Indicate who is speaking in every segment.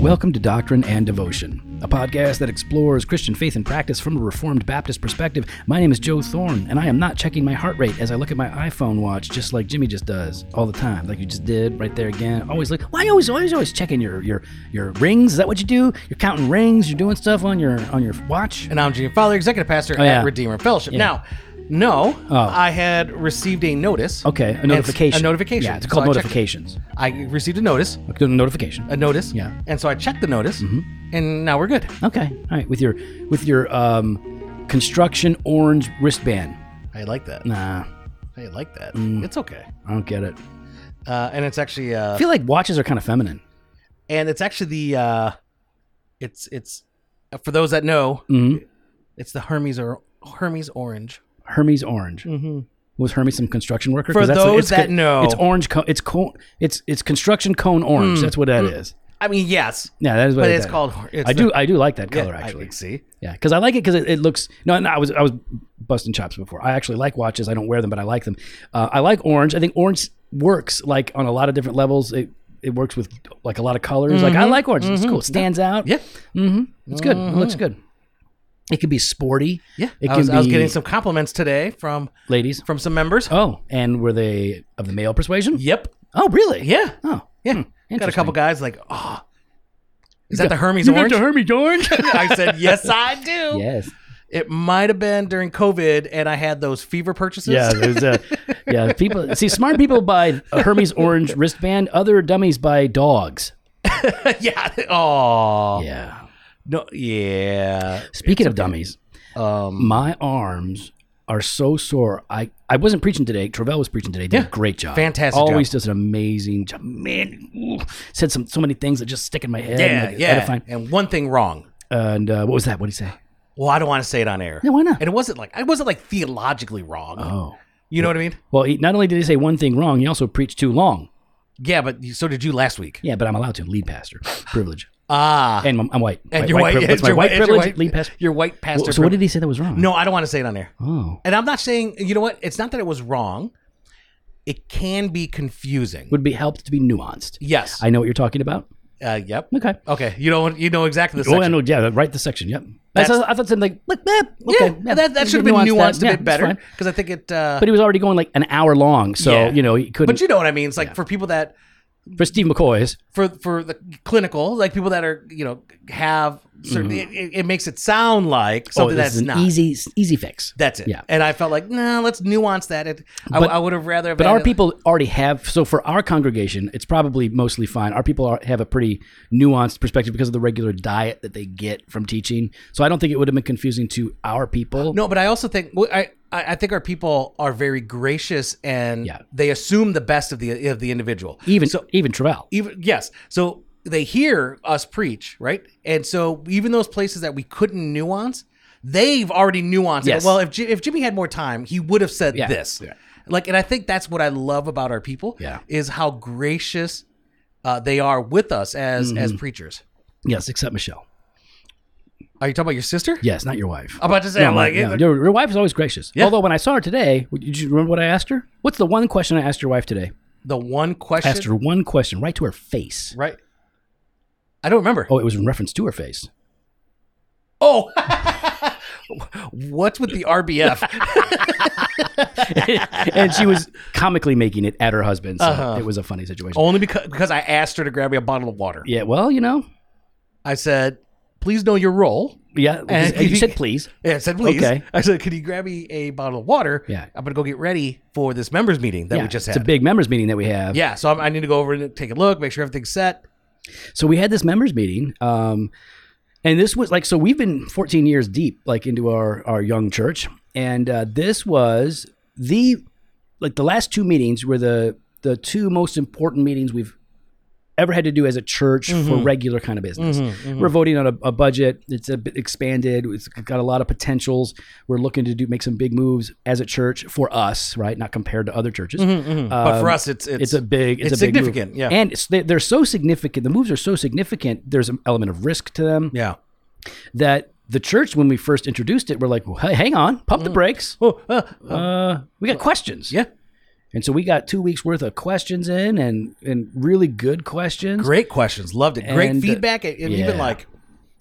Speaker 1: Welcome to Doctrine and Devotion, a podcast that explores Christian faith and practice from a Reformed Baptist perspective. My name is Joe Thorne, and I am not checking my heart rate as I look at my iPhone watch, just like Jimmy just does all the time, like you just did right there again. Always like, why you always always always checking your your your rings? Is that what you do? You're counting rings. You're doing stuff on your on your watch.
Speaker 2: And I'm Gene Fowler, Executive Pastor
Speaker 1: Oh, yeah. Oh.
Speaker 2: at Redeemer Fellowship. Now, no, I had received a notice.
Speaker 1: Okay,
Speaker 2: And
Speaker 1: a notification.
Speaker 2: A notification.
Speaker 1: Yeah, it's
Speaker 2: So
Speaker 1: called
Speaker 2: I checked-
Speaker 1: notifications.
Speaker 2: I received a notice.
Speaker 1: A notification.
Speaker 2: A notice.
Speaker 1: Yeah. Mm-hmm.
Speaker 2: And so I checked the notice, and now we're good.
Speaker 1: Okay, all right. With your with your um, construction orange wristband.
Speaker 2: I like that.
Speaker 1: Nah,
Speaker 2: I like that.
Speaker 1: Mm.
Speaker 2: It's okay.
Speaker 1: I don't get it.
Speaker 2: Uh, and it's actually,
Speaker 1: I
Speaker 2: uh,
Speaker 1: feel like watches are kind of feminine.
Speaker 2: and it's actually the, uh, it's it's for those that know,
Speaker 1: Mhm.
Speaker 2: it's the Hermes or Hermes orange.
Speaker 1: Hermes orange. Was Hermes some construction worker? 'Cause
Speaker 2: Mm-hmm. For
Speaker 1: what-
Speaker 2: those
Speaker 1: it's co-
Speaker 2: that know.
Speaker 1: it's orange. Co- it's cone. It's it's construction cone orange. That's what that is.
Speaker 2: I mean, yes,
Speaker 1: Yeah, that is what.
Speaker 2: Mm. but
Speaker 1: it
Speaker 2: it's
Speaker 1: is.
Speaker 2: called. It's
Speaker 1: I
Speaker 2: the-
Speaker 1: do. I do like that
Speaker 2: yeah,
Speaker 1: color
Speaker 2: I
Speaker 1: actually.
Speaker 2: see.
Speaker 1: Yeah, because I like it because it, it looks. No, no, I was I was busting chops before. I actually like watches. I don't wear them, but I like them. Uh, I like orange. I think orange works like on a lot of different levels. It it works with like a lot of colors. Like I like orange. It's cool. It stands out.
Speaker 2: Mm-hmm. Yeah.
Speaker 1: Mm-hmm. It's good. It looks good. It can be sporty.
Speaker 2: Yeah,
Speaker 1: It
Speaker 2: I
Speaker 1: can
Speaker 2: was, I was
Speaker 1: be-
Speaker 2: getting some compliments today from
Speaker 1: Ladies.
Speaker 2: from some members.
Speaker 1: Oh, and were they of the male persuasion?
Speaker 2: Yep.
Speaker 1: Oh, really?
Speaker 2: Yeah.
Speaker 1: Oh,
Speaker 2: Yeah. Got a couple guys like, oh, is that the Hermes
Speaker 1: You
Speaker 2: orange?
Speaker 1: got the Hermes orange?
Speaker 2: I said, yes, I do.
Speaker 1: yes.
Speaker 2: It might have been during COVID, and I had those fever purchases.
Speaker 1: Yeah, there's uh, yeah. People see smart people buy a Hermes orange wristband. Other dummies buy dogs.
Speaker 2: yeah. Oh.
Speaker 1: Yeah.
Speaker 2: No. Yeah.
Speaker 1: Speaking of dummies,
Speaker 2: Um.
Speaker 1: my arms are so sore. I I wasn't preaching today. Travell was preaching today. Did a
Speaker 2: Yeah.
Speaker 1: great job.
Speaker 2: Fantastic
Speaker 1: Always does an amazing job. Man, ooh, said some so many things that just stick in my head.
Speaker 2: Yeah.
Speaker 1: like, it's
Speaker 2: yeah.
Speaker 1: Edifying.
Speaker 2: And one thing wrong.
Speaker 1: And uh, what was that? What did he say?
Speaker 2: Well, I don't want to say it on air.
Speaker 1: Yeah, why not?
Speaker 2: And it wasn't like I wasn't like theologically wrong.
Speaker 1: Oh.
Speaker 2: You know what I mean?
Speaker 1: Well, he, not only did he say one thing wrong, he also preached too long.
Speaker 2: Yeah, but you- so did you last week.
Speaker 1: Yeah, but I'm allowed to. Lead pastor privilege.
Speaker 2: Ah.
Speaker 1: And I'm, I'm white.
Speaker 2: and your white,
Speaker 1: privilege. That's my
Speaker 2: your
Speaker 1: white
Speaker 2: and your
Speaker 1: privilege.
Speaker 2: white-
Speaker 1: lead pastor.
Speaker 2: Your white pastor.
Speaker 1: so what
Speaker 2: privilege.
Speaker 1: did he say that was wrong?
Speaker 2: No, I don't want to say it on air.
Speaker 1: Oh.
Speaker 2: And I'm not saying you know what. It's not that it was wrong. It can be confusing.
Speaker 1: Would be helped to be nuanced.
Speaker 2: yes.
Speaker 1: I know what you're talking about.
Speaker 2: uh, yep.
Speaker 1: Okay.
Speaker 2: Okay. You know. You know exactly the
Speaker 1: Oh,
Speaker 2: section.
Speaker 1: I know. Yeah, right. The section. Yep. I,
Speaker 2: That's-
Speaker 1: thought, I thought something like, look, eh,
Speaker 2: Yeah,
Speaker 1: okay, yeah,
Speaker 2: that, that
Speaker 1: you
Speaker 2: should have
Speaker 1: can
Speaker 2: been
Speaker 1: nuance
Speaker 2: nuanced
Speaker 1: that.
Speaker 2: a
Speaker 1: Yeah,
Speaker 2: bit
Speaker 1: that's
Speaker 2: better
Speaker 1: fine.
Speaker 2: because I think it. Uh,
Speaker 1: But he was already going like an hour long, so
Speaker 2: Yeah.
Speaker 1: you know he couldn't.
Speaker 2: but you know what I mean. It's like for people that
Speaker 1: for Steve McCoy's,
Speaker 2: for for the clinical, like people that are you know have certain. It, it makes it sound like
Speaker 1: Mm-hmm. oh,
Speaker 2: something
Speaker 1: this
Speaker 2: that's
Speaker 1: is an
Speaker 2: not.
Speaker 1: easy, easy fix.
Speaker 2: that's it.
Speaker 1: Yeah.
Speaker 2: And I felt like, nah, let's nuance that. It, I,
Speaker 1: But-
Speaker 2: I would have rather.
Speaker 1: But
Speaker 2: had
Speaker 1: our
Speaker 2: it-
Speaker 1: people already have. So for our congregation, it's probably mostly fine. Our people are, have a pretty nuanced perspective because of the regular diet that they get from teaching. So I don't think it would have been confusing to our people.
Speaker 2: No, but I also think well, I I I think our people are very gracious and
Speaker 1: Yeah.
Speaker 2: they assume the best of the of the individual.
Speaker 1: even
Speaker 2: so,
Speaker 1: even Travell.
Speaker 2: even yes, so they hear us preach, right? And so even those places that we couldn't nuance, they've already nuanced.
Speaker 1: Yes.
Speaker 2: It. Well, if Ji- if Jimmy had more time, he would have said
Speaker 1: Yeah.
Speaker 2: this.
Speaker 1: Yeah.
Speaker 2: Like, and I think that's what I love about our people.
Speaker 1: Yeah.
Speaker 2: is how gracious uh, they are with us as as
Speaker 1: Mm-hmm.
Speaker 2: preachers.
Speaker 1: Yes, except Michelle.
Speaker 2: Are you talking about your sister?
Speaker 1: Yes, not your wife.
Speaker 2: I'm about to say,
Speaker 1: No,
Speaker 2: I'm Oh, like,
Speaker 1: no, your, your wife is always gracious.
Speaker 2: Yeah.
Speaker 1: Although when I saw her today, did you remember what I asked her? What's the one question I asked your wife today?
Speaker 2: the one
Speaker 1: I
Speaker 2: question,
Speaker 1: asked her one question right to her face.
Speaker 2: right? I don't remember.
Speaker 1: Oh, it was in reference to her face.
Speaker 2: Oh, what's with the RBF?
Speaker 1: and she was comically making it at her husband. So
Speaker 2: Uh-huh.
Speaker 1: it was a funny situation.
Speaker 2: Only because because I asked her to grab me a bottle of water.
Speaker 1: Yeah, well, you know.
Speaker 2: I said, "Please know your role."
Speaker 1: Yeah,
Speaker 2: And-
Speaker 1: you said please.
Speaker 2: Yeah, I said, "Please."
Speaker 1: Okay.
Speaker 2: I said, "Could you grab me a bottle of water?
Speaker 1: Yeah.
Speaker 2: I'm gonna go get ready for this members meeting that
Speaker 1: yeah,
Speaker 2: we just
Speaker 1: it's a
Speaker 2: had."
Speaker 1: big members meeting that we have.
Speaker 2: yeah, so I'm, I need to go over and take a look, make sure everything's set.
Speaker 1: So we had this members meeting. Um, and this was like, so we've been 14 years deep, like into our, our young church. And uh, this was the, like the last two meetings were the, the two most important meetings we've ever had to do as a church
Speaker 2: Mm-hmm.
Speaker 1: for regular kind of business. We're voting on a, a budget. It's a bit expanded. It's got a lot of potentials. We're looking to do, make some big moves as a church for us, right? Not compared to other churches.
Speaker 2: Mm-hmm. But for us, it's
Speaker 1: Um, it's a big it's,
Speaker 2: it's
Speaker 1: a big move.
Speaker 2: significant, yeah.
Speaker 1: and it's, they- they're so significant the moves are so significant there's an element of risk to them
Speaker 2: yeah.
Speaker 1: that the church when we first introduced it, we're like, well, hey, hang on, pump the brakes.
Speaker 2: Oh, uh, uh,
Speaker 1: Uh, we got questions.
Speaker 2: yeah.
Speaker 1: And so we got two weeks worth of questions in, and and really good questions.
Speaker 2: Great questions. Loved it. Great
Speaker 1: And, uh,
Speaker 2: feedback. And even
Speaker 1: yeah.
Speaker 2: like,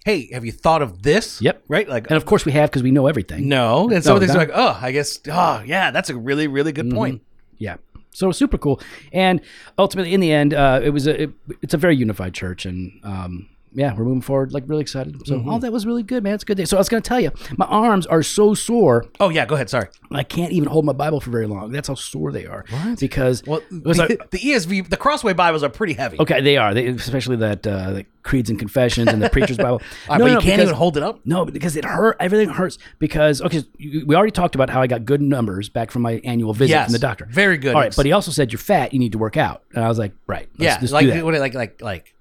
Speaker 2: hey, have you thought of this?
Speaker 1: Yep.
Speaker 2: Right? Like,
Speaker 1: And of course, we have because we know everything.
Speaker 2: no. And some
Speaker 1: No,
Speaker 2: of these are
Speaker 1: no. Mm-hmm.
Speaker 2: like, oh, I guess, oh, yeah, that's a really, really good point.
Speaker 1: Yeah. So it was super cool. And ultimately, in the end, uh, it was a it, it's a very unified church, and um, yeah, we're moving forward. Like really excited. So
Speaker 2: Mm-hmm.
Speaker 1: all that was really good, man. It's a good day. So I was gonna tell you, my arms are so sore,
Speaker 2: Oh, yeah, go ahead. Sorry.
Speaker 1: I can't even hold my Bible for very long. That's how sore they are. Because
Speaker 2: Well, the,
Speaker 1: was like-
Speaker 2: the ESV, the Crossway Bibles are pretty heavy.
Speaker 1: okay, they are. They, especially that uh, the creeds and confessions and the preacher's Bible.
Speaker 2: All right, Ah, but you can't
Speaker 1: because-
Speaker 2: even hold it up.
Speaker 1: No, because it hurt. Everything hurts because okay, you- we already talked about how I got good numbers back from my annual visit
Speaker 2: Yes,
Speaker 1: from the doctor.
Speaker 2: very good.
Speaker 1: All right, but he also said you're fat. You need to work out, and I was like, right, let's
Speaker 2: yeah,
Speaker 1: just
Speaker 2: like,
Speaker 1: do that.
Speaker 2: what, like, like, like,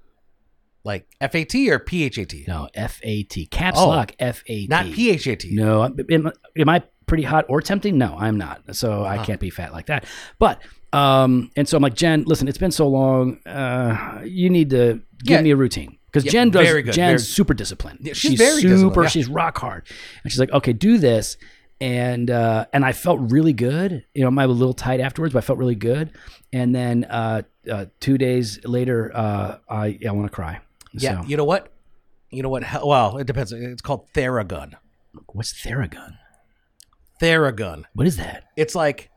Speaker 2: like FAT or PHAT?
Speaker 1: No, F A T caps
Speaker 2: Oh.
Speaker 1: lock F A T.
Speaker 2: Not PHAT.
Speaker 1: No, I'm- am, am I pretty hot or tempting? No, I'm not. So
Speaker 2: Ah.
Speaker 1: I can't be fat like that. But um, and so I'm like Jen, listen, it's been so long. Uh, you need to give
Speaker 2: Yeah.
Speaker 1: me a routine because
Speaker 2: Yeah,
Speaker 1: Jen does.
Speaker 2: very good,
Speaker 1: Jen's
Speaker 2: very-
Speaker 1: super disciplined.
Speaker 2: Yeah, she's very
Speaker 1: super.
Speaker 2: disciplined, yeah.
Speaker 1: She's rock hard, and she's like, okay, do this. And uh, and I felt really good. You know, I'm a little tight afterwards, but I felt really good. And then uh, uh, two days later, uh, I I want to cry.
Speaker 2: Yeah,
Speaker 1: So,
Speaker 2: you know what? You know what? Hell- Well, it depends. It's called Theragun.
Speaker 1: what's Theragun?
Speaker 2: Theragun.
Speaker 1: What is that?
Speaker 2: It's like,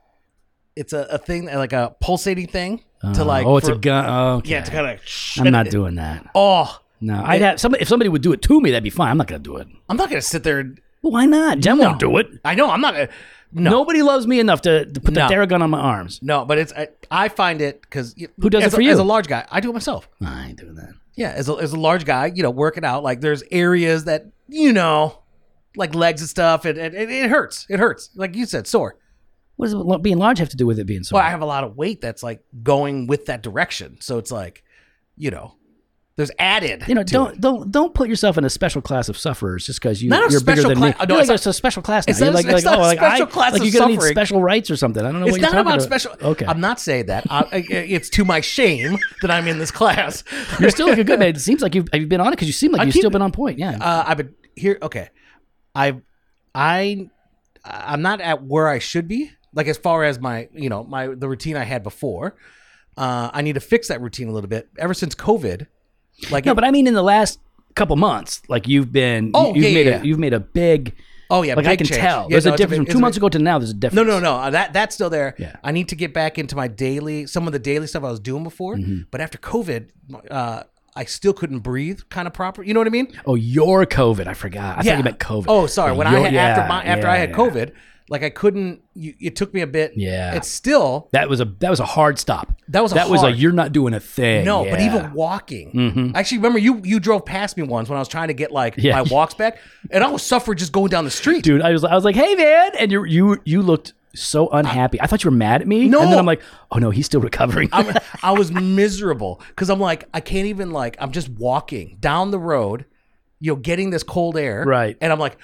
Speaker 2: it's a, a thing like a pulsating thing to
Speaker 1: Uh,
Speaker 2: like.
Speaker 1: oh, it's
Speaker 2: for-
Speaker 1: a gun. Oh, okay.
Speaker 2: Yeah, to kind of.
Speaker 1: I'm not doing that.
Speaker 2: Oh,
Speaker 1: No, I'd have somebody. If somebody would do it to me, that'd be fine. I'm not gonna do it.
Speaker 2: I'm not gonna sit there. and-
Speaker 1: Well, why not? Jen won't do it.
Speaker 2: I know I'm not gonna. No, no,
Speaker 1: Nobody loves me enough to, to put
Speaker 2: No.
Speaker 1: the Theragun on my arms.
Speaker 2: but it's I, I find it because
Speaker 1: Who does it
Speaker 2: as
Speaker 1: for
Speaker 2: a,
Speaker 1: you?
Speaker 2: As a large guy, I do it myself.
Speaker 1: No, I ain't doing that.
Speaker 2: Yeah, as a, as a large guy, you know, working out like there's areas that you know, like legs and stuff, and, and, and it hurts. It hurts, like you said, sore.
Speaker 1: What does lo- being large have to do with it being so?
Speaker 2: Well, I have a lot of weight that's like going with that direction. So it's like, you know, there's added.
Speaker 1: you know,
Speaker 2: to
Speaker 1: don't
Speaker 2: it.
Speaker 1: don't don't put yourself in a special class of sufferers just because you
Speaker 2: Not a
Speaker 1: you're bigger
Speaker 2: special
Speaker 1: than me.
Speaker 2: cla- oh, no,
Speaker 1: You're
Speaker 2: it's
Speaker 1: like
Speaker 2: not-
Speaker 1: it's a special class. Now.
Speaker 2: it's
Speaker 1: You're
Speaker 2: not a-
Speaker 1: like,
Speaker 2: it's
Speaker 1: like,
Speaker 2: not
Speaker 1: oh,
Speaker 2: a
Speaker 1: like, I-
Speaker 2: special class
Speaker 1: like
Speaker 2: of
Speaker 1: you're gonna need
Speaker 2: suffering.
Speaker 1: special rights or something. I don't know.
Speaker 2: It's
Speaker 1: what you're
Speaker 2: not about
Speaker 1: talking
Speaker 2: special.
Speaker 1: Okay,
Speaker 2: I'm not saying that. I, I- it's to my shame that I'm in this class.
Speaker 1: you're still looking good, man. It seems like you've have you been on it because you seem like
Speaker 2: I
Speaker 1: you've
Speaker 2: keep-
Speaker 1: still been on point. Yeah.
Speaker 2: Uh, I've been here. Okay, I, I, I'm not at where I should be. Like as far as my, you know, my the routine I had before. Uh, I need to fix that routine a little bit. Ever since COVID, like
Speaker 1: no, but I mean in the last couple months, like you've been.
Speaker 2: Oh,
Speaker 1: you've
Speaker 2: yeah,
Speaker 1: made
Speaker 2: yeah,
Speaker 1: a,
Speaker 2: yeah.
Speaker 1: You've made a big.
Speaker 2: oh yeah,
Speaker 1: like I
Speaker 2: big
Speaker 1: can
Speaker 2: change.
Speaker 1: tell.
Speaker 2: Yeah,
Speaker 1: there's
Speaker 2: no,
Speaker 1: a
Speaker 2: it's big-
Speaker 1: difference
Speaker 2: it's
Speaker 1: from two
Speaker 2: a
Speaker 1: months ago to now. There's a difference.
Speaker 2: No, no, no. uh, That that's still there.
Speaker 1: Yeah.
Speaker 2: I need to get back into my daily, some of the daily stuff I was doing before.
Speaker 1: Mm-hmm.
Speaker 2: But after COVID, uh, I still couldn't breathe, kind of proper. You know what I mean?
Speaker 1: Oh, your COVID. I forgot. I thought
Speaker 2: Yeah.
Speaker 1: you meant COVID.
Speaker 2: Oh, sorry. When I
Speaker 1: Your-
Speaker 2: had,
Speaker 1: yeah,
Speaker 2: after my after I
Speaker 1: yeah,
Speaker 2: had
Speaker 1: yeah.
Speaker 2: COVID, like I couldn't. You, it took me a bit.
Speaker 1: Yeah.
Speaker 2: It's still
Speaker 1: that was a that was a hard stop.
Speaker 2: That was a
Speaker 1: that was a
Speaker 2: hard-
Speaker 1: you're not doing a thing.
Speaker 2: no, but
Speaker 1: Yeah. Mm-hmm.
Speaker 2: even walking. Actually, remember you you drove past me once when I was trying to get like
Speaker 1: Yeah.
Speaker 2: my walks back, and I was suffering just going down the street.
Speaker 1: dude, I was I was like, hey man, and you you you looked so unhappy. I thought you were mad at me.
Speaker 2: No.
Speaker 1: and then I'm like, oh no, he's still recovering.
Speaker 2: I, I was miserable because I'm like, I can't even like, I'm just walking down the road, you know, getting this cold air,
Speaker 1: Right.
Speaker 2: And I'm like,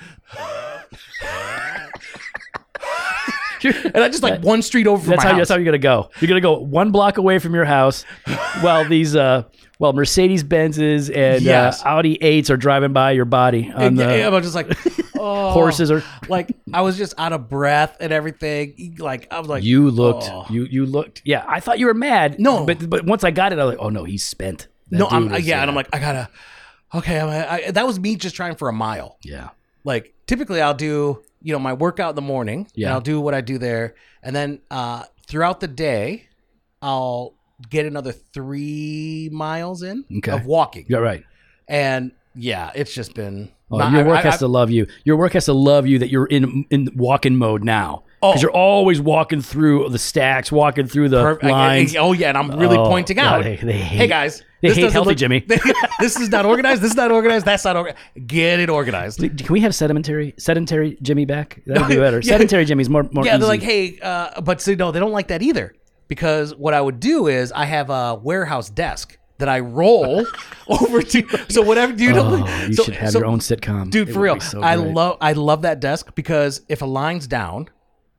Speaker 2: and I just like one street over from
Speaker 1: that's
Speaker 2: my
Speaker 1: how
Speaker 2: house.
Speaker 1: that's how you're gonna go. You're gonna go one block away from your house, while these uh while Mercedes Benzes and
Speaker 2: Yes.
Speaker 1: uh, Audi eights are driving by your body on
Speaker 2: And
Speaker 1: the
Speaker 2: yeah, I'm just like, oh.
Speaker 1: horses are.
Speaker 2: Like I was just out of breath and everything. E, Like I was like,
Speaker 1: You looked.
Speaker 2: oh.
Speaker 1: You you looked. Yeah, I thought you were mad.
Speaker 2: No.
Speaker 1: but but once I got it, I was like, oh no, he's spent. That
Speaker 2: no, I'm
Speaker 1: dude is,
Speaker 2: yeah, and I'm like, I gotta. Okay, I'm, I, that was me just trying for a mile.
Speaker 1: yeah,
Speaker 2: like typically I'll do you know my workout in the morning and
Speaker 1: Yeah.
Speaker 2: I'll do what I do there and then uh throughout the day I'll get another 3 miles in
Speaker 1: Okay.
Speaker 2: of walking
Speaker 1: you're right.
Speaker 2: and yeah it's just been
Speaker 1: Oh,
Speaker 2: my-
Speaker 1: your
Speaker 2: I-
Speaker 1: work
Speaker 2: I-
Speaker 1: has
Speaker 2: I-
Speaker 1: to love you. Your work has to love you that you're in in walking mode now
Speaker 2: Oh.
Speaker 1: because you're always walking through the stacks, walking through the
Speaker 2: Perfect.
Speaker 1: lines.
Speaker 2: oh yeah, and I'm really
Speaker 1: Oh,
Speaker 2: pointing
Speaker 1: God,
Speaker 2: out.
Speaker 1: they- they
Speaker 2: hey
Speaker 1: hate-
Speaker 2: guys,
Speaker 1: they hate
Speaker 2: doesn't
Speaker 1: healthy Jimmy.
Speaker 2: this is not organized. This is not organized. That's not organized. Get it organized.
Speaker 1: Can we have sedentary sedentary Jimmy back? That'd be better. Sedentary Jimmy's more more.
Speaker 2: yeah, they're
Speaker 1: easy.
Speaker 2: like, hey, uh, but see, no, they don't like that either. Because what I would do is I have a warehouse desk that I roll over to. So whatever, dude.
Speaker 1: oh, you
Speaker 2: so-
Speaker 1: should have
Speaker 2: so-
Speaker 1: your own sitcom,
Speaker 2: dude.
Speaker 1: It
Speaker 2: For
Speaker 1: would
Speaker 2: real,
Speaker 1: be so
Speaker 2: I
Speaker 1: great.
Speaker 2: love I love that desk because if a line's down,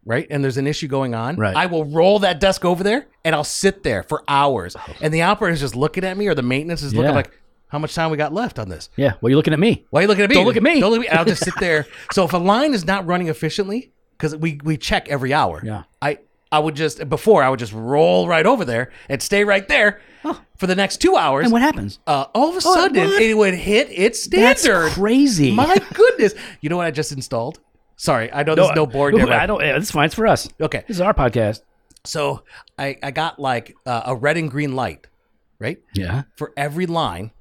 Speaker 2: right, and there's an issue going on,
Speaker 1: Right.
Speaker 2: I will roll that desk over there and I'll sit there for hours, and the operator's just looking at me or the maintenance is looking
Speaker 1: Oh. Yeah.
Speaker 2: like, how much time we got left on this.
Speaker 1: Yeah. Well, you're looking at me.
Speaker 2: Why are you looking at me?
Speaker 1: Don't look at me.
Speaker 2: Don't look at me. And I'll just sit there. So if a line is not running efficiently, because we we check every hour.
Speaker 1: Yeah.
Speaker 2: I I would just before I would just roll right over there and stay right there for the next two hours.
Speaker 1: And what happens?
Speaker 2: uh, all of a
Speaker 1: it
Speaker 2: sudden,
Speaker 1: would?
Speaker 2: it would hit its
Speaker 1: That's
Speaker 2: standard.
Speaker 1: crazy.
Speaker 2: My goodness! You know what I just installed? Sorry, I know there's no board. there,
Speaker 1: I
Speaker 2: but-
Speaker 1: don't. Yeah, it's fine. It's for us.
Speaker 2: Okay,
Speaker 1: This is our podcast.
Speaker 2: so I I got like uh, a red and green light, right?
Speaker 1: Yeah.
Speaker 2: for every line.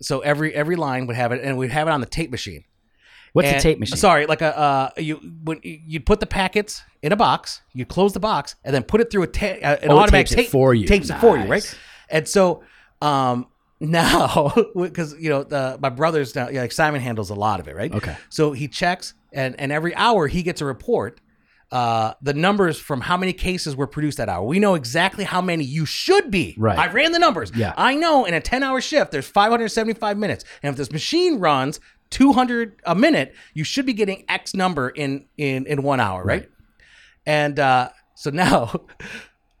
Speaker 2: So every every line would have it, and we'd have it on the tape machine.
Speaker 1: What's
Speaker 2: And-
Speaker 1: the tape machine?
Speaker 2: Sorry, like a uh, you when you'd put the packets in a box, you'd close the box, and then put it through a ta- uh, an
Speaker 1: Oh, it
Speaker 2: automatic
Speaker 1: tapes it
Speaker 2: tape
Speaker 1: for you.
Speaker 2: tapes it for you,
Speaker 1: Nice.
Speaker 2: right? And so um, now, because you know the, my brother's now yeah, like Simon handles a lot of it, right?
Speaker 1: Okay.
Speaker 2: So he checks, and and every hour he gets a report. Uh, the numbers from how many cases were produced that hour. We know exactly how many you should be.
Speaker 1: Right.
Speaker 2: I ran the numbers.
Speaker 1: Yeah.
Speaker 2: I know in a 10 hour shift, there's 575 minutes. And if this machine runs 200 a minute, you should be getting X number in, in, in one hour, right? And uh, so now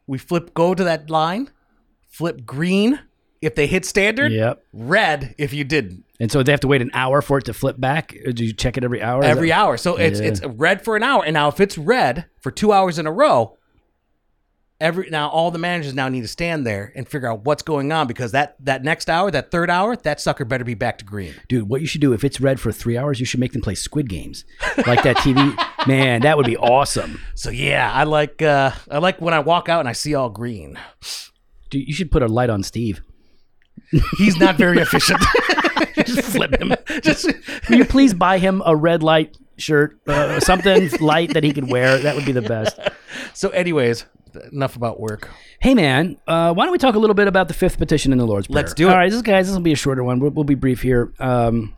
Speaker 2: we flip go to that line, flip green if they hit standard,
Speaker 1: Yep.
Speaker 2: red if you didn't.
Speaker 1: And so they have to wait an hour for it to flip back. Or Do you check it every hour? Is
Speaker 2: every
Speaker 1: that-
Speaker 2: hour. So it's
Speaker 1: Yeah.
Speaker 2: it's red for an hour. And now if it's red for two hours in a row, every now all the managers now need to stand there and figure out what's going on because that that next hour, that third hour, that sucker better be back to green.
Speaker 1: dude, what you should do if it's red for three hours, you should make them play Squid Games, like that TV. Man, that would be awesome.
Speaker 2: So yeah, I like uh I like when I walk out and I see all green.
Speaker 1: Dude, you should put a light on Steve.
Speaker 2: He's not very efficient.
Speaker 1: Just flip him.
Speaker 2: Just
Speaker 1: Will you please buy him a red light shirt, uh, something light that he could wear? That would be the best.
Speaker 2: so anyways, enough about work.
Speaker 1: Hey, man, uh, why don't we talk a little bit about the fifth petition in the Lord's Prayer?
Speaker 2: Let's do it.
Speaker 1: All right, this guys, this will be a shorter one. We'll, we'll be brief here. Um,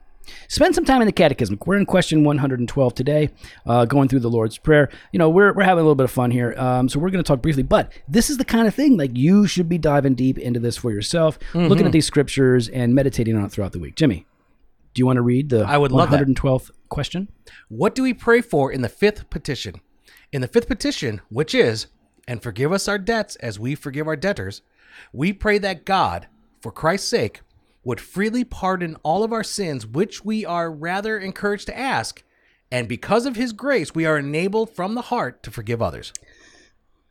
Speaker 1: spend some time in the Catechism. We're in question 112 today, uh, going through the Lord's Prayer. You know, we're, we're having a little bit of fun here, um, so we're going to talk briefly. But this is the kind of thing like you should be diving deep into this for yourself,
Speaker 2: Mm-hmm.
Speaker 1: looking at these scriptures and meditating on it throughout the week. Jimmy, do you want to read the
Speaker 2: I would love that.
Speaker 1: 112th question?
Speaker 2: What do we pray for in the fifth petition? In the fifth petition, which is, and forgive us our debts as we forgive our debtors, we pray that God, for Christ's sake, would freely pardon all of our sins, which we are rather encouraged to ask, and because of his grace, we are enabled from the heart to forgive others.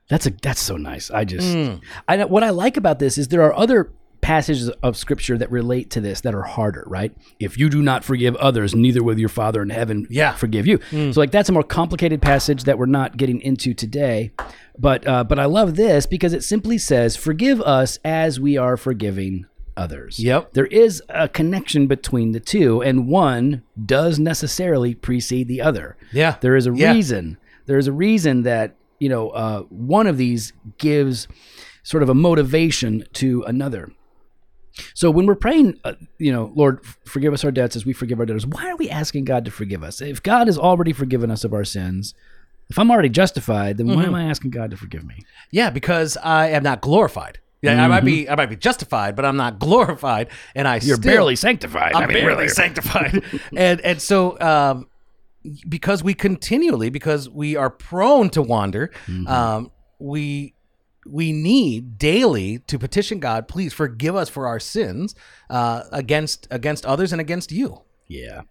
Speaker 1: That's a that's so nice. I just
Speaker 2: Hmm.
Speaker 1: I what I like about this is there are other passages of scripture that relate to this that are harder, right? If you do not forgive others, neither will your father in heaven
Speaker 2: Yeah. Hmm.
Speaker 1: forgive you. So like that's a more complicated passage that we're not getting into today. But uh, but I love this because it simply says, "Forgive us as we are forgiving others."
Speaker 2: Yep.
Speaker 1: There is a connection between the two and one does necessarily precede the other.
Speaker 2: Yeah.
Speaker 1: There is a
Speaker 2: Yeah.
Speaker 1: reason. There is a reason that you know uh, one of these gives sort of a motivation to another. So when we're praying, uh, you know, Lord, f- forgive us our debts as we forgive our debtors. Why are we asking God to forgive us? If God has already forgiven us of our sins, if I'm already justified, then why am I asking God to forgive me?
Speaker 2: Yeah, because I am not glorified. Yeah, I might be I might be justified, but I'm not glorified, and I
Speaker 1: Mm-hmm. You're
Speaker 2: still,
Speaker 1: barely sanctified.
Speaker 2: I'm
Speaker 1: I mean,
Speaker 2: barely
Speaker 1: really.
Speaker 2: sanctified. and and so um, because we continually, because we are prone to wander,
Speaker 1: Mm-hmm.
Speaker 2: um, we we need daily to petition God, please forgive us for our sins uh, against against others and against you.
Speaker 1: Yeah.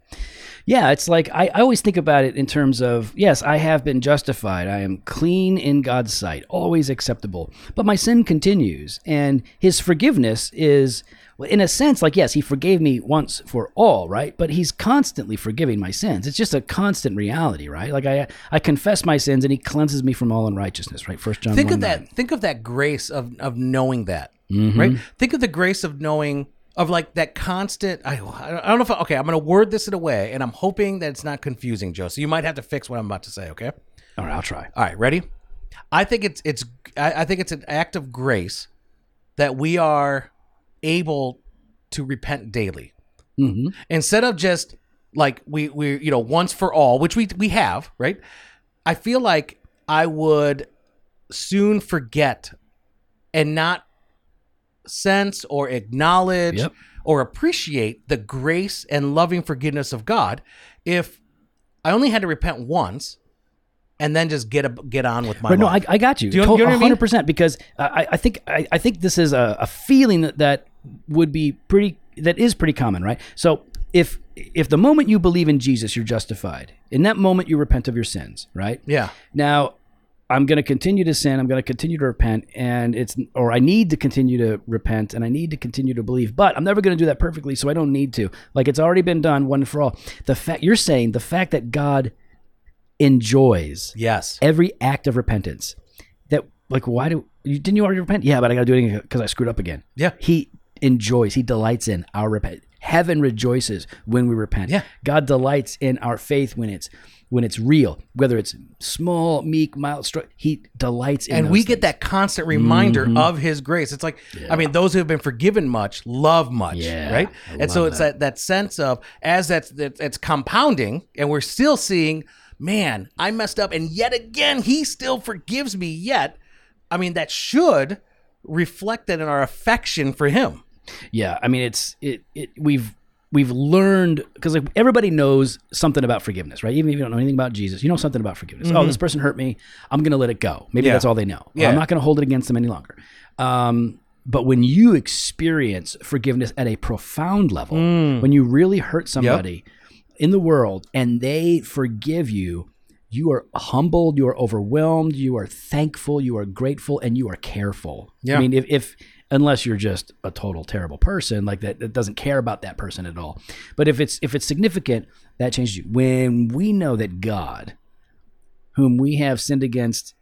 Speaker 1: Yeah, it's like I, I always think about it in terms of yes, I have been justified. I am clean in God's sight, always acceptable. But my sin continues, and His forgiveness is, well, in a sense, like yes, He forgave me once for all, right? But He's constantly forgiving my sins. It's just a constant reality, right? Like I I confess my sins, and He cleanses me from all unrighteousness, right? First John.
Speaker 2: Think
Speaker 1: 1,
Speaker 2: of that. Think of that grace of of knowing that,
Speaker 1: Mm-hmm.
Speaker 2: right? Think of the grace of knowing of like that constant. I, I don't know if I, okay. I'm going to word this in a way, and I'm hoping that it's not confusing, Joe. So you might have to fix what I'm about to say. Okay.
Speaker 1: All right, I'll try.
Speaker 2: All right, ready? I think it's it's I, I think it's an act of grace that we are able to repent daily
Speaker 1: hmm
Speaker 2: instead of just like we we you know once for all, which we we have right. I feel like I would soon forget and not sense or acknowledge
Speaker 1: Yep.
Speaker 2: or appreciate the grace and loving forgiveness of God if I only had to repent once and then just get a, get on with my
Speaker 1: But no, I,
Speaker 2: life.
Speaker 1: I got you.
Speaker 2: you-
Speaker 1: To-
Speaker 2: you know what I mean?
Speaker 1: 100% because I, I think I, I think this is a, a feeling that, that would be pretty that is pretty common, right? So if if the moment you believe in Jesus, you're justified. In that moment, you repent of your sins, right?
Speaker 2: Yeah.
Speaker 1: Now, I'm going to continue to sin. I'm going to continue to repent, and it's or I need to continue to repent, and I need to continue to believe. But I'm never going to do that perfectly, so I don't need to. Like it's already been done, one for all. The fact you're saying the fact that God enjoys
Speaker 2: Yes.
Speaker 1: every act of repentance. That like why do you didn't you already repent? Yeah, but I got to do it because I screwed up again.
Speaker 2: Yeah.
Speaker 1: He enjoys, he delights in our repent. Heaven rejoices when we repent.
Speaker 2: Yeah.
Speaker 1: God delights in our faith when it's when it's real, whether it's small, meek, mild, str- he delights in
Speaker 2: and
Speaker 1: those
Speaker 2: we
Speaker 1: things. Mm-hmm.
Speaker 2: get that constant reminder of his grace it's like i mean those who have been forgiven much love much
Speaker 1: Yeah,
Speaker 2: right
Speaker 1: I
Speaker 2: and so it's that. that sense of as that's that, it's compounding and we're still seeing man i messed up and yet again he still forgives me yet i mean that should reflect that in our affection for him
Speaker 1: Yeah, I mean it's it, it we've we've learned because like everybody knows something about forgiveness, right? Even if you don't know anything about Jesus, you know something about forgiveness. Oh, this person hurt me. I'm gonna let it go. Maybe
Speaker 2: Mm-hmm. Yeah.
Speaker 1: that's all they know.
Speaker 2: Yeah.
Speaker 1: I'm not gonna hold it against them any longer. Um, but when you experience forgiveness at a profound level,
Speaker 2: Mm.
Speaker 1: when you really hurt somebody in the world and they forgive you, you are humbled, you are overwhelmed, you are thankful, you are grateful, and you are careful.
Speaker 2: Yeah.
Speaker 1: I mean, if, if unless you're just a total terrible person, like that, that doesn't care about that person at all. But if it's if it's significant, that changes you. When we know that God, whom we have sinned against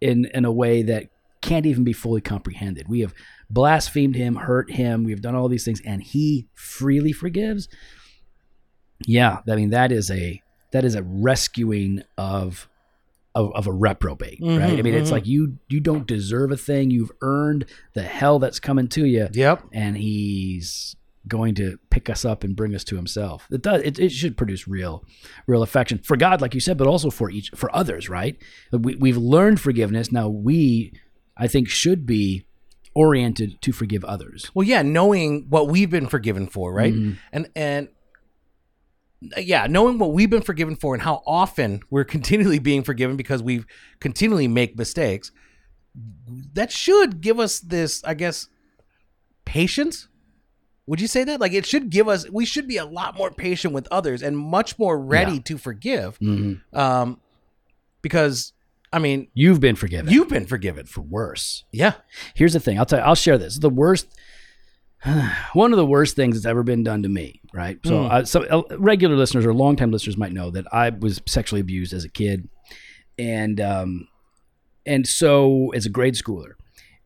Speaker 1: in in a way that can't even be fully comprehended, we have blasphemed him, hurt him, we have done all these things, and he freely forgives. Yeah, I mean that is a that is a rescuing of of, of a reprobate, right? I mean, it's
Speaker 2: mhm.
Speaker 1: like you you don't deserve a thing. You've earned the hell that's coming to you,
Speaker 2: yep
Speaker 1: and he's going to pick us up and bring us to himself. It does. It, it should produce real, real affection for God, like you said, but also for each for others, right? We, we've learned forgiveness. Now we, I think, should be oriented to forgive others.
Speaker 2: Well, yeah, knowing what we've been forgiven for, right?
Speaker 1: Mhm.
Speaker 2: And and uh, yeah, knowing what we've been forgiven for and how often we're continually being forgiven because we continually make mistakes. That should give us this, I guess, patience. Would you say that? Like it should give us we should be a lot more patient with others and much more ready
Speaker 1: Yeah.
Speaker 2: to forgive.
Speaker 1: Mhm.
Speaker 2: Um because I mean,
Speaker 1: You've been forgiven.
Speaker 2: you've been forgiven.
Speaker 1: for worse.
Speaker 2: Yeah.
Speaker 1: Here's the thing. I'll tell you, I'll share this. The worst, one of the worst things that's ever been done to me, right? So,
Speaker 2: Hmm.
Speaker 1: I, so uh, regular listeners or longtime listeners might know that I was sexually abused as a kid, and um, and so as a grade schooler,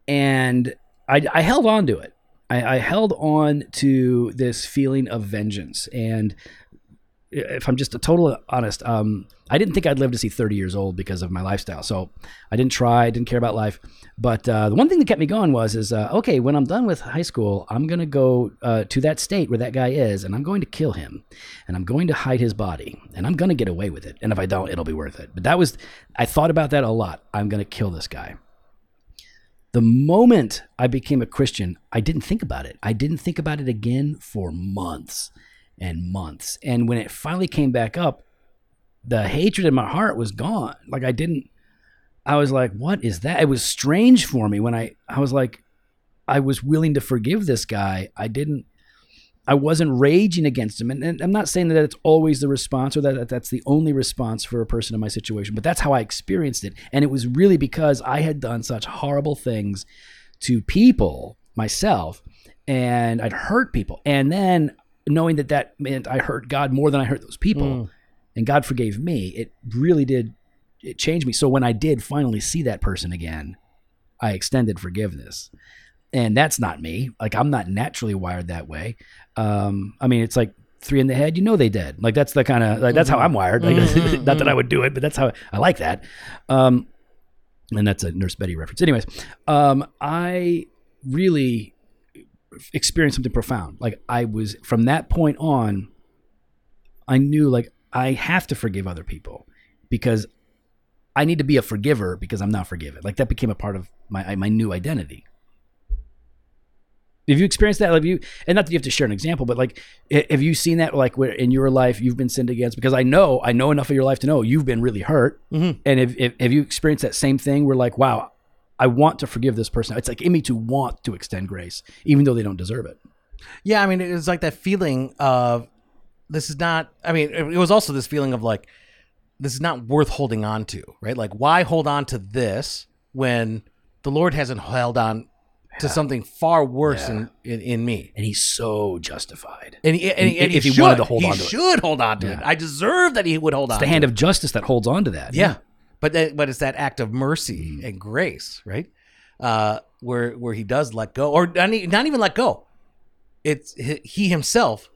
Speaker 1: and I, I held on to it. I, I held on to this feeling of vengeance, and uh, if I'm just a total honest, um, I didn't think I'd live to see 30 years old because of my lifestyle. So I didn't try, didn't care about life. But uh, the one thing that kept me going was, is uh, okay, when I'm done with high school, I'm going to go uh, to that state where that guy is, and I'm going to kill him, and I'm going to hide his body, and I'm going to get away with it. And if I don't, it'll be worth it. But that was, I thought about that a lot. I'm going to kill this guy. The moment I became a Christian, I didn't think about it. I didn't think about it again for months and months. And when it finally came back up, the hatred in my heart was gone. Like I didn't I was like, what is that? It was strange for me when I I was like I was willing to forgive this guy. I didn't I wasn't raging against him. And, and I'm not saying that it's always the response or that that's the only response for a person in my situation, but that's how I experienced it. And it was really because I had done such horrible things to people myself and I'd hurt people. And then knowing that that meant I hurt God more than I hurt those people and God forgave me, it really did, it changed me. So when I did finally see that person again, I extended forgiveness. And that's not me. Like I'm not naturally wired that way. Um, I mean, it's like three in the head. You know they did. Like that's the kind of like that's how I'm wired. Like, not that I would do it, but that's how I like that. Um, and that's a Nurse Betty reference. Anyways, um, I really experienced something profound. Like I was from that point on, I knew like I have to forgive other people because I need to be a forgiver because I'm not forgiven. Like that became a part of my my new identity. Have you experienced that? Have you, and not that you have to share an example, but like, ha- have you seen that? Like, where in your life you've been sinned against? Because I know, I know enough of your life to know you've been really hurt.
Speaker 2: Mhm.
Speaker 1: And if, if have you experienced that same thing? Where like, wow, I want to forgive this person. It's like in me to want to extend grace, even though they don't deserve it.
Speaker 2: Yeah, I mean, it was like that feeling of this is not. I mean, it it was also this feeling of like this is not worth holding on to, right? Like, why hold on to this when the Lord hasn't held on to something far worse in, in in me?
Speaker 1: And he's so justified.
Speaker 2: And, he, and, he-
Speaker 1: And
Speaker 2: and he
Speaker 1: if he
Speaker 2: should,
Speaker 1: wanted to hold
Speaker 2: he
Speaker 1: on to it.
Speaker 2: should hold on to it. I deserve that he would hold on.
Speaker 1: It's the
Speaker 2: to
Speaker 1: hand
Speaker 2: it.
Speaker 1: of justice that holds on to that.
Speaker 2: yeah, but that, but it's that act of mercy
Speaker 1: Mm-hmm.
Speaker 2: and grace, right? Uh, where where he does let go, or not, e- not even let go. It's he, he himself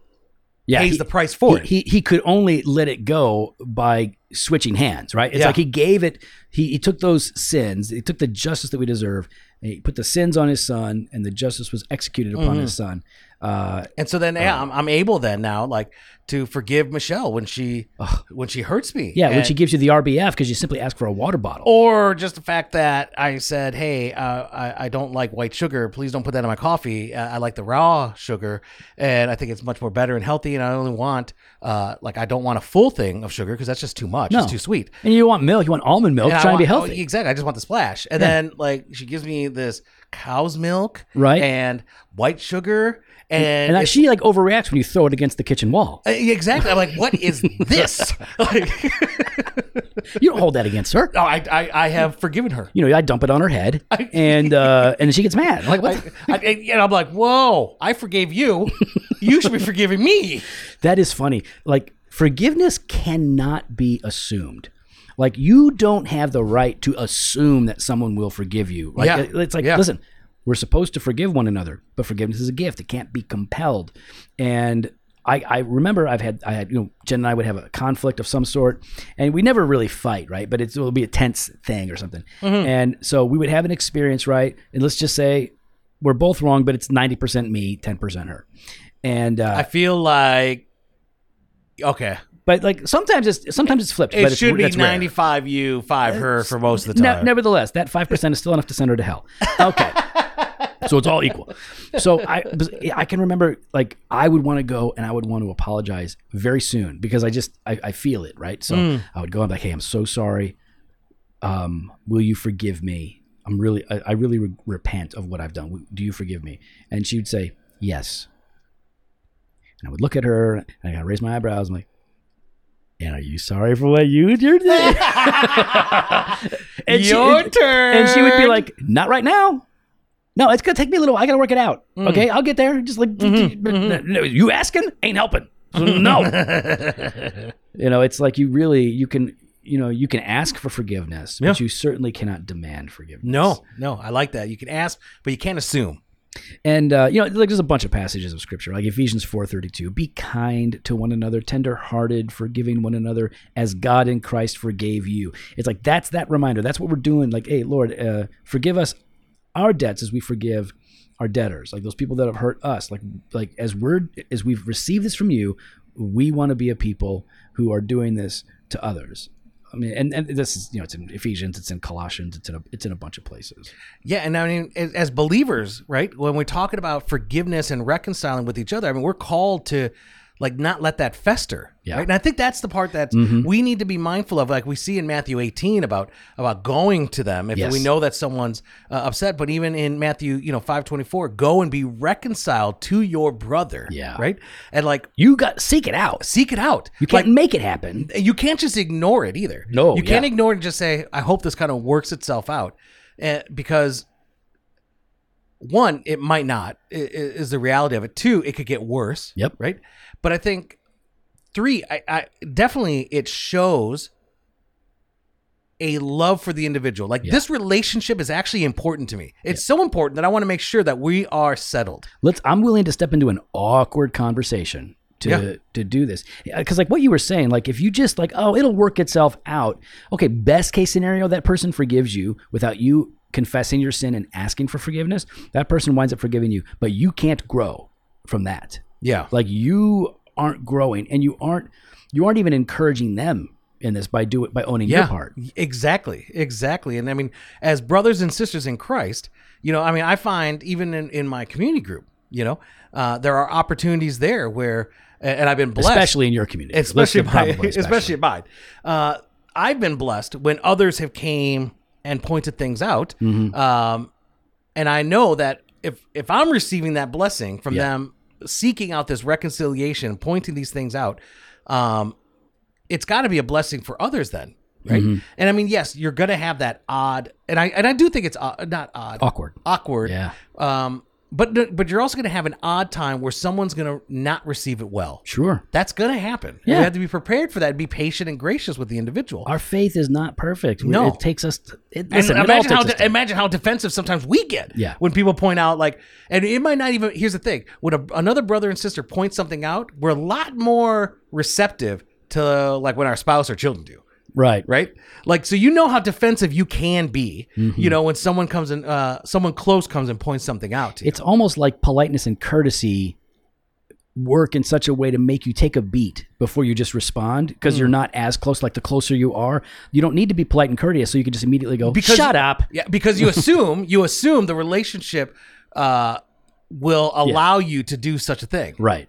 Speaker 1: yeah.
Speaker 2: pays
Speaker 1: he-
Speaker 2: the price for it.
Speaker 1: he, he he could only let it go by switching hands, right? It's
Speaker 2: Yeah.
Speaker 1: like he gave it. He he took those sins. He took the justice that we deserve. And he put the sins on his son, and the justice was executed upon his
Speaker 2: Mm-hmm.
Speaker 1: son. Uh,
Speaker 2: And so then, yeah, I'm, I'm able then now, like, to forgive Michelle when she when she hurts me.
Speaker 1: yeah, when
Speaker 2: And- Oh.
Speaker 1: she gives you the RBF because you simply ask for a water bottle.
Speaker 2: or just the fact that I said, "Hey, uh, I, I don't like white sugar. Please don't put that in my coffee. Uh, I like the raw sugar, and I think it's much more better and healthy. And I only want, uh, like, I don't want a full thing of sugar because that's just too much.
Speaker 1: No.
Speaker 2: It's too sweet.
Speaker 1: And you want milk? You want almond milk?
Speaker 2: And I
Speaker 1: Trying to be
Speaker 2: want- oh,
Speaker 1: healthy.
Speaker 2: exactly. I just want the splash. And then like she gives me this cow's milk,
Speaker 1: Right.
Speaker 2: and white sugar, and,
Speaker 1: and
Speaker 2: it's-
Speaker 1: like, she like overreacts when you throw it against the kitchen wall.
Speaker 2: Uh, Exactly. I'm like, what is this? like,
Speaker 1: You don't hold that against her.
Speaker 2: no, I, I, I have forgiven her.
Speaker 1: You know, I dump it on her head, and uh, and she gets mad. like what?
Speaker 2: I, I, and I'm like, whoa, I forgave you. You should be forgiving me.
Speaker 1: That is funny. Like forgiveness cannot be assumed. Like you don't have the right to assume that someone will forgive you. Like
Speaker 2: Yeah.
Speaker 1: it- it's like
Speaker 2: Yeah.
Speaker 1: listen, we're supposed to forgive one another, but forgiveness is a gift. It can't be compelled. And I, I remember I've had I had you know Jen and I would have a conflict of some sort, and we never really fight, right? But it's, it'll be a tense thing or something.
Speaker 2: Mm-hmm.
Speaker 1: And so we would have an experience, right? And let's just say we're both wrong, but it's ninety percent me, ten percent her. And uh,
Speaker 2: I feel like, okay,
Speaker 1: but like sometimes it's sometimes it's flipped. but
Speaker 2: it
Speaker 1: it's,
Speaker 2: should be
Speaker 1: that's rare.
Speaker 2: 95 you, five her for most of the
Speaker 1: Ne-
Speaker 2: time.
Speaker 1: nevertheless, that five percent is still enough to send her to hell. Okay, so it's all equal. So I I can remember like I would want to go and I would want to apologize very soon because I just I, I feel it right. So
Speaker 2: Mm.
Speaker 1: I would go and be like, hey, I'm so sorry. Um, will you forgive me? I'm really I, I really re- repent of what I've done. Do you forgive me? And she would say yes. And I would look at her and I gotta raise my eyebrows. I'm like, and are you sorry for what you did? And she-
Speaker 2: Your
Speaker 1: and-
Speaker 2: turn.
Speaker 1: and she would be like, "Not right now. No, it's gonna take me a little. while. I gotta work it out.
Speaker 2: Mm.
Speaker 1: Okay, I'll get there. Just like
Speaker 2: Mm-hmm,
Speaker 1: no, you asking ain't helping. So no, you know, it's like you really you can you know you can ask for forgiveness, but you certainly cannot demand forgiveness.
Speaker 2: no, no, I like that. You can ask, but you can't assume.
Speaker 1: and uh, you know, like there's a bunch of passages of scripture, like Ephesians four thirty two. Be kind to one another, tender hearted, forgiving one another, as God in Christ forgave you. It's like that's that reminder. That's what we're doing. Like, hey, Lord, uh, forgive us our debts as we forgive our debtors, like those people that have hurt us. Like, like as we're as we've received this from you, we want to be a people who are doing this to others. I mean, and, and this is you know, it's in Ephesians, it's in Colossians, it's in a, it's in a bunch of places.
Speaker 2: Yeah, and I mean, as, as believers, right? When we're talking about forgiveness and reconciling with each other, I mean, we're called to like not let that fester.
Speaker 1: Yeah. Mm-hmm.
Speaker 2: Right? And I think that's the part that we need to be mindful of. Like we see in Matthew 18 about about going to them if
Speaker 1: Yes.
Speaker 2: we know that someone's uh, upset. But even in Matthew, you know, 5:24, go and be reconciled to your brother.
Speaker 1: Yeah.
Speaker 2: Right. And like
Speaker 1: You got seek it out.
Speaker 2: seek it out.
Speaker 1: You
Speaker 2: like,
Speaker 1: can't make it happen.
Speaker 2: you can't just ignore it either.
Speaker 1: No,
Speaker 2: you can't
Speaker 1: yeah.
Speaker 2: ignore it and just say, "I hope this kind of works itself out," Eh, because one, it might not i- i- is the reality of it. Two, it could get worse.
Speaker 1: Yep.
Speaker 2: Right. But I think three, I, I definitely it shows a love for the individual. Like this relationship is actually important to me. It's so important that I want to make sure that we are settled.
Speaker 1: let's i'm willing to step into an awkward conversation to
Speaker 2: Yeah.
Speaker 1: to do this because like what you were saying like if you just like oh it'll work itself out okay best case scenario that person forgives you without you confessing your sin and asking for forgiveness that person winds up forgiving you but you can't grow from that
Speaker 2: Yeah.
Speaker 1: like you aren't growing and you aren't you aren't even encouraging them in this by do it by owning your part
Speaker 2: Exactly, exactly. And I mean, as brothers and sisters in Christ, you know, I mean, I find even in, in my community group, you know, uh, there are opportunities there where, and I've been blessed,
Speaker 1: especially in your community
Speaker 2: especially
Speaker 1: Let's-
Speaker 2: mine,
Speaker 1: probably
Speaker 2: especially mine. Uh, I've been blessed when others have came and pointed things out,
Speaker 1: Mm-hmm.
Speaker 2: um, and I know that if if I'm receiving that blessing from them, seeking out this reconciliation, pointing these things out, um, it's got to be a blessing for others then, right?
Speaker 1: Mm-hmm.
Speaker 2: And I mean, yes, you're gonna have that odd, and I and I do think it's odd, not odd,
Speaker 1: Awkward.
Speaker 2: awkward.
Speaker 1: Yeah.
Speaker 2: Um, but but you're also gonna have an odd time where someone's gonna not receive it well.
Speaker 1: Sure.
Speaker 2: That's gonna happen.
Speaker 1: Yeah.
Speaker 2: You have to be prepared for that. and Be patient and gracious with the individual.
Speaker 1: Our faith is not perfect. We-
Speaker 2: No.
Speaker 1: It takes us. It,
Speaker 2: And
Speaker 1: listen, it all
Speaker 2: imagine how
Speaker 1: takes us
Speaker 2: de- imagine how defensive sometimes we get.
Speaker 1: Yeah.
Speaker 2: When people point out like, and it might not even. Here's the thing: when a, another brother and sister point something out, we're a lot more receptive to like when our spouse or children do.
Speaker 1: right.
Speaker 2: Right, like so, you know how defensive you can be.
Speaker 1: Mm-hmm.
Speaker 2: You know when someone comes and uh, someone close comes and points something out to you.
Speaker 1: It's almost like politeness and courtesy work in such a way to make you take a beat before you just respond because
Speaker 2: Mm.
Speaker 1: you're not as close. Like the closer you are, you don't need to be polite and courteous, so you can just immediately go,
Speaker 2: Because-
Speaker 1: "Shut up."
Speaker 2: Yeah, because you assume you assume the relationship uh, will allow you to do such a thing.
Speaker 1: Right,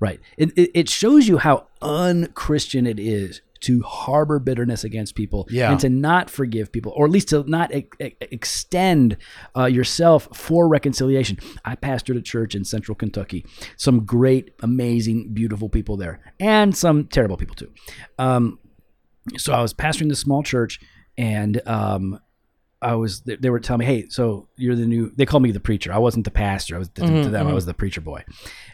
Speaker 1: right. It, it, it shows you how unchristian it is to harbor bitterness against people
Speaker 2: Yeah.
Speaker 1: and to not forgive people, or at least to not e- e- extend uh, yourself for reconciliation. I pastored a church in central Kentucky. Some great, amazing, beautiful people there, and some terrible people too. Um, so I was pastoring this small church, and um, I was they, they were telling me, hey, so you're the new. They called me the preacher. I wasn't the pastor. I was to them. I was the preacher boy,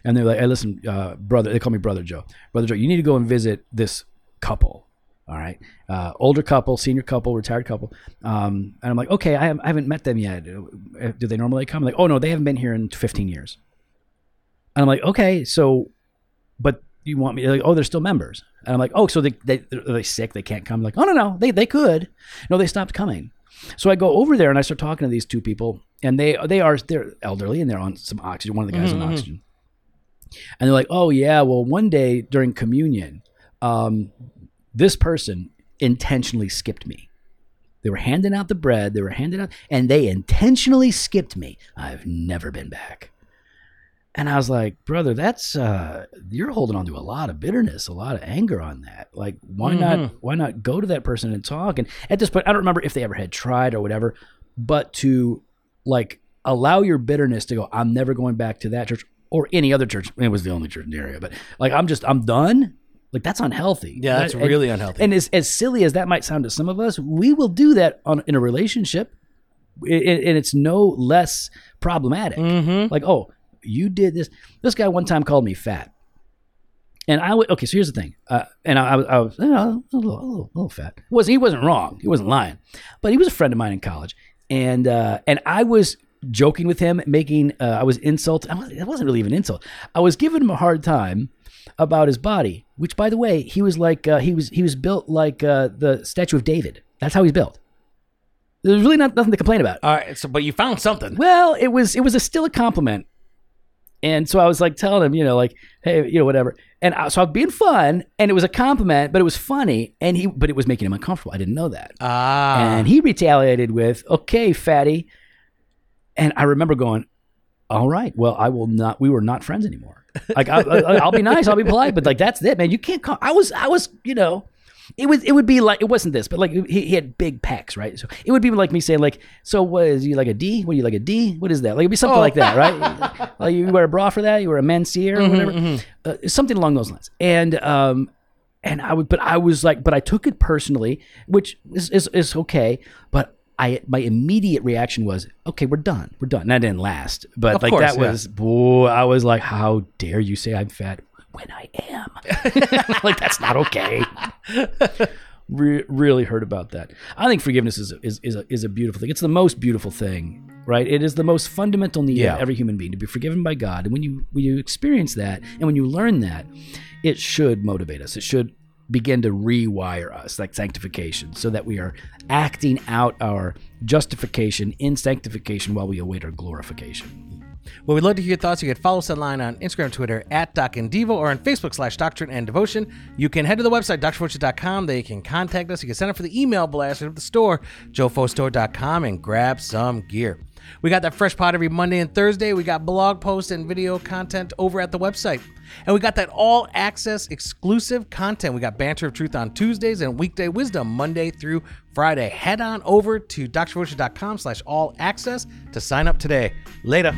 Speaker 1: and they're like, hey, listen, uh, brother. They call me brother Joe. Brother Joe, you need to go and visit this couple. All right, uh, older couple, senior couple, retired couple, um, and I'm like, okay, I, have, I haven't met them yet. Uh, Do they normally come? like, oh no, they haven't been here in 15 years. And I'm like, okay, so, but you want me? They're like, oh, they're still members. And I'm like, oh, so they they are they sick? They can't come? like, oh no, no, they they could. No, they stopped coming. So I go over there and I start talking to these two people, and they they are they're elderly and they're on some oxygen. One of the guys on oxygen, and they're like, "Oh yeah, well one day during communion, um, this person intentionally skipped me. They were handing out the bread, they were handing out, and they intentionally skipped me. I've never been back." And I was like, brother, that's uh, you're holding on to a lot of bitterness, a lot of anger on that. Like, why
Speaker 2: Mm-hmm.
Speaker 1: not? Why not go to that person and talk? And at this point, I don't remember if they ever had tried or whatever, but to like allow your bitterness to go. I'm never going back to that church or any other church. It was the only church in the area, but like I'm just I'm done. Like that's unhealthy.
Speaker 2: Yeah, that's
Speaker 1: That- and-
Speaker 2: really unhealthy.
Speaker 1: and as, as silly as that might sound to some of us, we will do that on, in a relationship, I- I- and it's no less problematic. Like, oh, you did this. This guy one time called me fat, and I would okay. So here's the thing, uh, and I, I was, I was you know, a, little, a, little, a little fat. Was he wasn't wrong? He wasn't lying, but he was a friend of mine in college, and uh, and I was joking with him, making uh, I was insult. I wasn't, it wasn't really even insult. I was giving him a hard time about his body, which by the way, he was like uh, he was he was built like uh, the statue of David. That's how he's built. There's really not nothing to complain about.
Speaker 2: All right, so but you found something.
Speaker 1: Well, it was it was a, still a compliment, and so I was like telling him, you know, like hey, you know, whatever. And I, so I was being fun, and it was a compliment, but it was funny, and he, but it was making him uncomfortable. I didn't know that,
Speaker 2: Ah,
Speaker 1: and he retaliated with, "Okay, fatty," and I remember going, "All right, well, I will not. We were not friends anymore. Like I, I, I'll be nice, I'll be polite, but like that's it, man. You can't call. I was, I was, you know." It was. It would be like it wasn't this, but like he, he had big pecs, right? So it would be like me saying, like, so what is you like a D? What are you like a D? What is that? Like it'd be
Speaker 2: Oh.
Speaker 1: something like that, right? like you wear a bra for that? You wear a mensier or
Speaker 2: Mm-hmm,
Speaker 1: whatever, Uh, something along those lines. And um, and I would, but I was like, but I took it personally, which is is, is okay. But I my immediate reaction was, okay, we're done, we're done. And that didn't last, but
Speaker 2: Of
Speaker 1: like
Speaker 2: course,
Speaker 1: that
Speaker 2: yeah.
Speaker 1: was, boy, I was like, how dare you say I'm fat when I am? like that's not okay. Re- really hurt about that. I think forgiveness is is is a, is a beautiful thing. It's the most beautiful thing, right? It is the most fundamental need
Speaker 2: Yeah.
Speaker 1: of every human being to be forgiven by God. And when you when you experience that, and when you learn that, it should motivate us. It should begin to rewire us, like sanctification, so that we are acting out our justification in sanctification while we await our glorification.
Speaker 2: well, we'd love to hear your thoughts. You can follow us online on Instagram, Twitter at Doc and Devo, or on Facebook slash Doctrine and Devotion. You can head to the website doctrinefortune.com. They can contact us. You can sign up for the email blast at the store, JoeFostore.com, and grab some gear. We got that fresh pot every Monday and Thursday. We got blog posts and video content over at the website. And we got that all access exclusive content. We got Banter of Truth on Tuesdays and Weekday Wisdom Monday through Friday. Head on over to drvotion.com slash all access to sign up today. Later.